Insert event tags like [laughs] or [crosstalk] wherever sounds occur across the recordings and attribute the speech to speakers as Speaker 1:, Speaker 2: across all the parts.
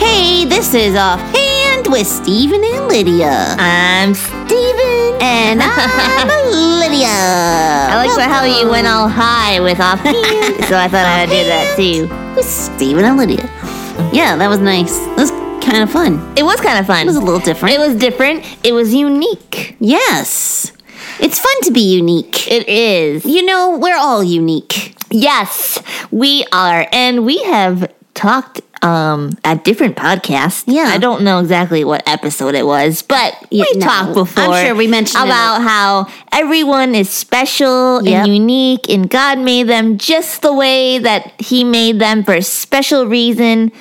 Speaker 1: This is Offhand with Stephen and Lydia.
Speaker 2: I'm Steven. [laughs]
Speaker 1: And I'm Lydia.
Speaker 2: I like for how you went all high with offhand,
Speaker 1: [laughs]
Speaker 2: so I thought I'd do that too.
Speaker 1: with Stephen and Lydia. Yeah, that was nice. That was kind of fun.
Speaker 2: It was kind of fun.
Speaker 1: It was a little different.
Speaker 2: It was different. It was unique.
Speaker 1: yes. It's fun to be unique.
Speaker 2: It is.
Speaker 1: You know, we're all unique.
Speaker 2: Yes, we are, and we have talked um at different podcasts.
Speaker 1: Yeah.
Speaker 2: I don't know exactly what episode it was, but
Speaker 1: Yeah,
Speaker 2: we
Speaker 1: no,
Speaker 2: talked before.
Speaker 1: I'm sure we mentioned it.
Speaker 2: about how everyone is special
Speaker 1: Yep.
Speaker 2: and unique, and God made them just the way that He made them for a special reason.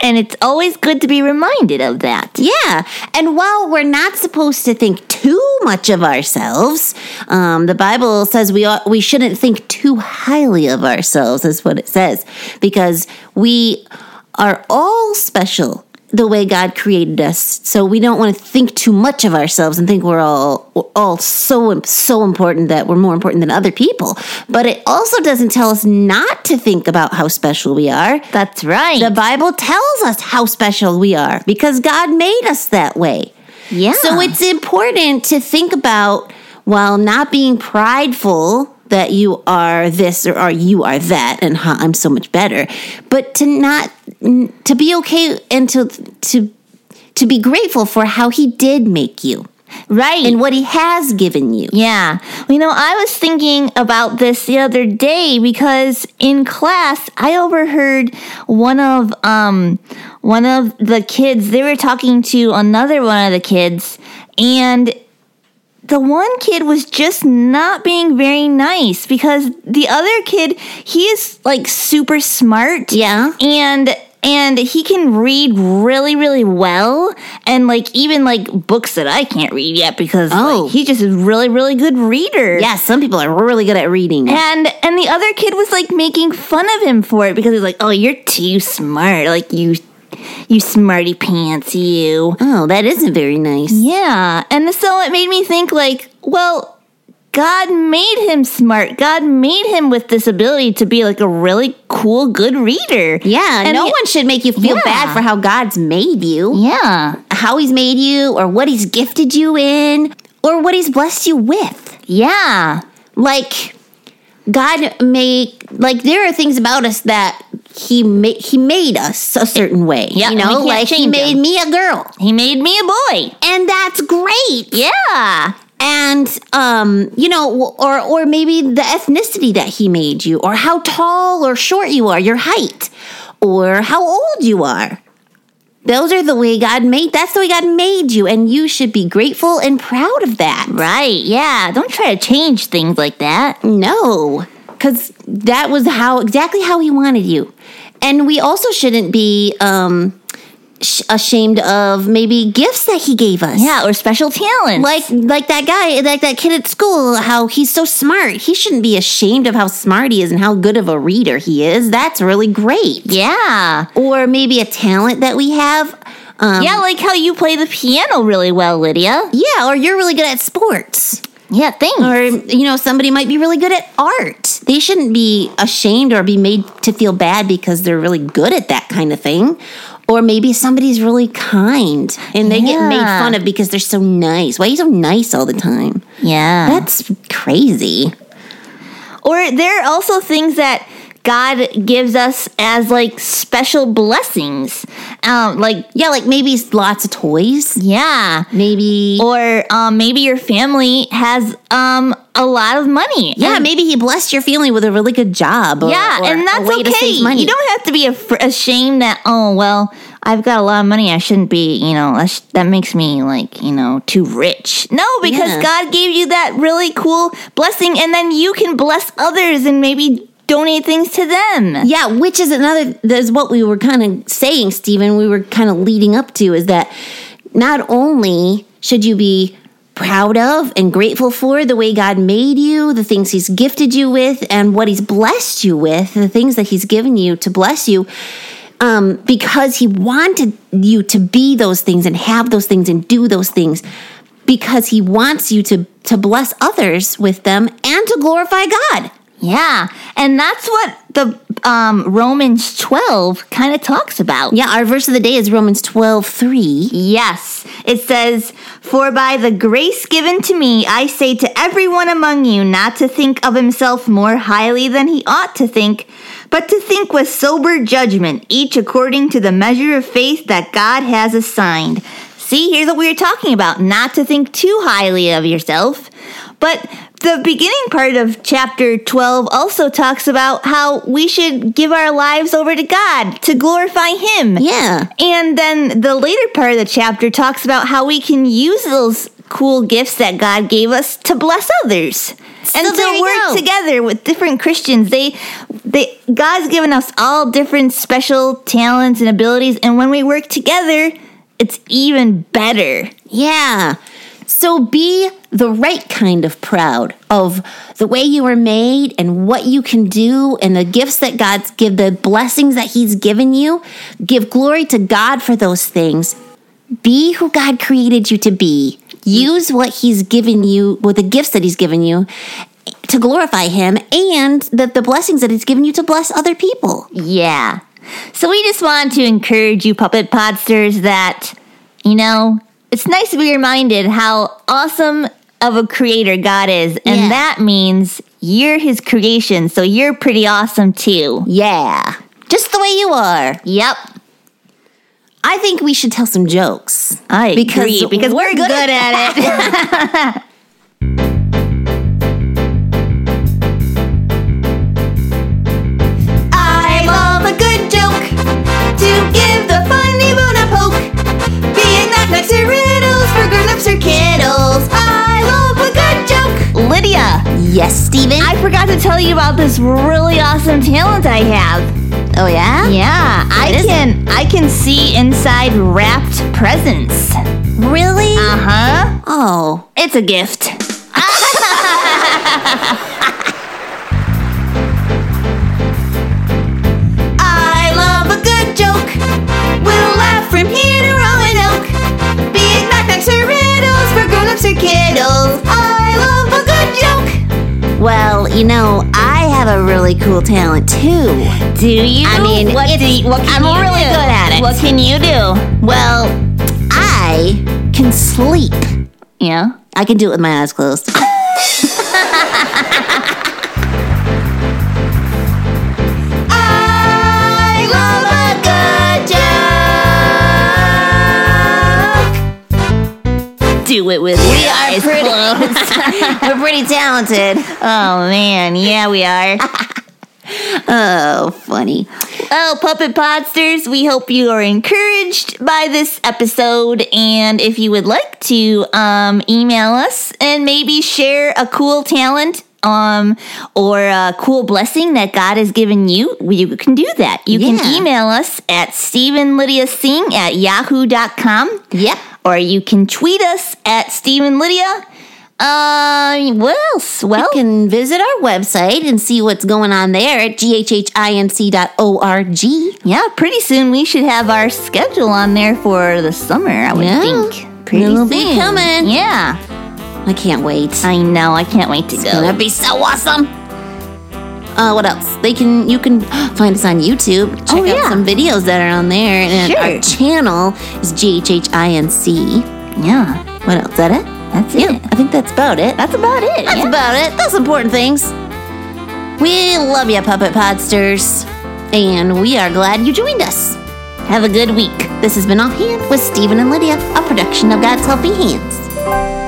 Speaker 2: And it's always good to be reminded of that.
Speaker 1: Yeah. And while we're not supposed to think too much of ourselves, um, the Bible says we ought, we shouldn't think too highly of ourselves, is what it says, because we are all special the way God created us. So we don't want to think too much of ourselves and think we're all we're all so im- so important that we're more important than other people. But it also doesn't tell us not to think about how special we are.
Speaker 2: That's right.
Speaker 1: The Bible tells us how special we are because God made us that way.
Speaker 2: yeah.
Speaker 1: So it's important to think about while not being prideful that you are this or, or you are that and huh, I'm so much better, but to not n- to be okay and to to to be grateful for how he did make you
Speaker 2: right.
Speaker 1: and what he has given you.
Speaker 2: Yeah. You know, I was thinking about this the other day because in class I overheard one of um one of the kids they were talking to another one of the kids and the one kid was just not being very nice because the other kid he is like super smart
Speaker 1: Yeah.
Speaker 2: and and he can read really really well and like even like books that i can't read yet because like,
Speaker 1: Oh.
Speaker 2: he just is really really good reader
Speaker 1: Yeah, some people are really good at reading.
Speaker 2: and and the other kid was like making fun of him for it because he's like oh you're too smart like you you smarty pants you
Speaker 1: Oh, that isn't very nice.
Speaker 2: yeah. And so it made me think, like, well, God made him smart. God made him with this ability to be like a really cool, good reader.
Speaker 1: Yeah,
Speaker 2: And
Speaker 1: no
Speaker 2: the-
Speaker 1: one should make you feel
Speaker 2: Yeah.
Speaker 1: bad for how God's made you.
Speaker 2: Yeah.
Speaker 1: how he's made you or what he's gifted you in or what he's blessed you with.
Speaker 2: Yeah.
Speaker 1: Like God make like there are things about us that he made he made us a certain way.
Speaker 2: Yeah,
Speaker 1: you
Speaker 2: and we
Speaker 1: know,
Speaker 2: can't
Speaker 1: like he
Speaker 2: change
Speaker 1: made
Speaker 2: him.
Speaker 1: me a girl.
Speaker 2: He made me a boy.
Speaker 1: And that's great.
Speaker 2: Yeah.
Speaker 1: And um, you know, or or maybe the ethnicity that he made you, or how tall or short you are, your height, or how old you are. Those are the way God made. That's the way God made you, and you should be grateful and proud of that.
Speaker 2: Right. Yeah. Don't try to change things like that.
Speaker 1: No, because that was how exactly how he wanted you, and we also shouldn't be um, sh- ashamed of maybe gifts that he gave us.
Speaker 2: Yeah. Or special talent.
Speaker 1: like like that guy like that kid at school how he's so smart he shouldn't be ashamed of how smart he is and how good of a reader he is that's really great
Speaker 2: yeah.
Speaker 1: or maybe a talent that we have um,
Speaker 2: yeah. Like how you play the piano really well, Lydia.
Speaker 1: yeah or you're really good at sports
Speaker 2: Yeah. Thanks.
Speaker 1: or you know somebody might be really good at art they shouldn't be ashamed or be made to feel bad because they're really good at that kind of thing or maybe somebody's really kind and they get made
Speaker 2: Yeah.
Speaker 1: fun of because they're so nice why are you so nice all the time
Speaker 2: yeah.
Speaker 1: that's crazy
Speaker 2: Or there are also things that God gives us as like special blessings. Um, like,
Speaker 1: Yeah, like maybe s- lots of toys.
Speaker 2: yeah.
Speaker 1: Maybe.
Speaker 2: Or um, maybe your family has um, a lot of money.
Speaker 1: yeah,
Speaker 2: And-
Speaker 1: maybe he blessed your family with a really good job. Or,
Speaker 2: yeah,
Speaker 1: or
Speaker 2: and
Speaker 1: a
Speaker 2: that's
Speaker 1: way to
Speaker 2: okay.
Speaker 1: save money.
Speaker 2: You don't have to be af- ashamed that, oh, well, I've got a lot of money. I shouldn't be, you know, that, sh- that makes me like, you know, too rich. No, because
Speaker 1: Yeah.
Speaker 2: God gave you that really cool blessing, and then you can bless others and maybe donate things to them.
Speaker 1: yeah, which is another. That is what we were kind of saying, Stephen. We were kind of leading up to is that not only should you be proud of and grateful for the way God made you, the things He's gifted you with, and what He's blessed you with, the things that He's given you to bless you. um, because he wanted you to be those things and have those things and do those things because he wants you to to bless others with them and to glorify God.
Speaker 2: Yeah, and that's what the um, Romans 12 kind of talks about.
Speaker 1: Yeah, our verse of the day is Romans 12 3.
Speaker 2: Yes, it says, For by the grace given to me, I say to everyone among you not to think of himself more highly than he ought to think, but to think with sober judgment, each according to the measure of faith that God has assigned. See, here's what we were talking about not to think too highly of yourself. But the beginning part of chapter 12 also talks about how we should give our lives over to God to glorify Him.
Speaker 1: Yeah.
Speaker 2: And then the later part of the chapter talks about how we can use those cool gifts that God gave us to bless others. and
Speaker 1: there
Speaker 2: to
Speaker 1: you
Speaker 2: work
Speaker 1: go.
Speaker 2: together with different Christians. They they God's given us all different special talents and abilities and when we work together, it's even better.
Speaker 1: Yeah. So be the right kind of proud of the way you were made and what you can do and the gifts that God's give the blessings that he's given you. Give glory to God for those things. Be who God created you to be. Use what he's given you, with the gifts that he's given you to glorify him and the, the blessings that he's given you to bless other people.
Speaker 2: Yeah. So we just want to encourage you, Puppet Podsters, that, you know, it's nice to be reminded how awesome of a creator God is. And
Speaker 1: Yeah.
Speaker 2: that means you're his creation. So you're pretty awesome too.
Speaker 1: Yeah. Just the way you are.
Speaker 2: Yep.
Speaker 1: I think we should tell some jokes.
Speaker 2: I
Speaker 1: Because
Speaker 2: agree. Because we're,
Speaker 1: we're
Speaker 2: good,
Speaker 3: [laughs]
Speaker 1: good at-
Speaker 2: at it.
Speaker 3: I love a good joke to give the funny bone a poke. Being that next to riddles for grown-ups or kiddles. I love a good joke.
Speaker 2: Lydia,
Speaker 1: Yes, Steven?
Speaker 2: I forgot to tell you about this really awesome talent I have.
Speaker 1: oh, yeah?
Speaker 2: Yeah, I
Speaker 1: is it?
Speaker 2: can I can see inside wrapped presents. Uh
Speaker 1: Really?
Speaker 2: huh.
Speaker 1: oh.
Speaker 2: It's a gift.
Speaker 3: [laughs] I love a good joke. We'll laugh from here to Roanoke. Being that next to riddles for grown-ups or kiddles. I love a good joke.
Speaker 1: Well, you know, I have a really cool talent too.
Speaker 2: Do you?
Speaker 1: I mean,
Speaker 2: what, do you, what can
Speaker 1: I'm
Speaker 2: you
Speaker 1: really
Speaker 2: do?
Speaker 1: good at it.
Speaker 2: What can you do?
Speaker 1: Well, I can sleep.
Speaker 2: Yeah.
Speaker 1: I can do it with my eyes closed. [laughs]
Speaker 3: I love a good joke.
Speaker 2: Do it with we
Speaker 1: eyes We're pretty talented.
Speaker 2: [laughs] oh man, yeah, we are.
Speaker 1: Oh, funny.
Speaker 2: oh, puppet podsters, we hope you are encouraged by this episode. And if you would like to um, email us and maybe share a cool talent. Um, or a cool blessing that God has given you, you can do that. You can
Speaker 1: Yeah.
Speaker 2: email us at StephenLydiaSing at yahoo.com.
Speaker 1: Yep.
Speaker 2: or you can tweet us at Steve and Lydia. Uh, what else? Well,
Speaker 1: You can visit our website and see what's going on there at ghhinc.org.
Speaker 2: yeah, pretty soon we should have our schedule on there for the summer, I would
Speaker 1: Yeah.
Speaker 2: think. Pretty
Speaker 1: It'll
Speaker 2: soon.
Speaker 1: be coming.
Speaker 2: Yeah.
Speaker 1: I can't wait.
Speaker 2: I know, I can't wait to go.
Speaker 1: That'd be so awesome. Uh, what else? They can you can [gasps] find us on YouTube. Check
Speaker 2: Oh,
Speaker 1: out
Speaker 2: yeah.
Speaker 1: some videos that are on there, and
Speaker 2: Sure.
Speaker 1: our channel is GHHINC.
Speaker 2: Yeah.
Speaker 1: What else? Is that it?
Speaker 2: That's it.
Speaker 1: Yeah, I think that's about it.
Speaker 2: That's about it.
Speaker 1: That's
Speaker 2: yeah.
Speaker 1: about it. That's important things. We love you, puppet podsters, and we are glad you joined us. Have a good week. This has been Offhand with Stephen and Lydia, a production of God's Helping Hands.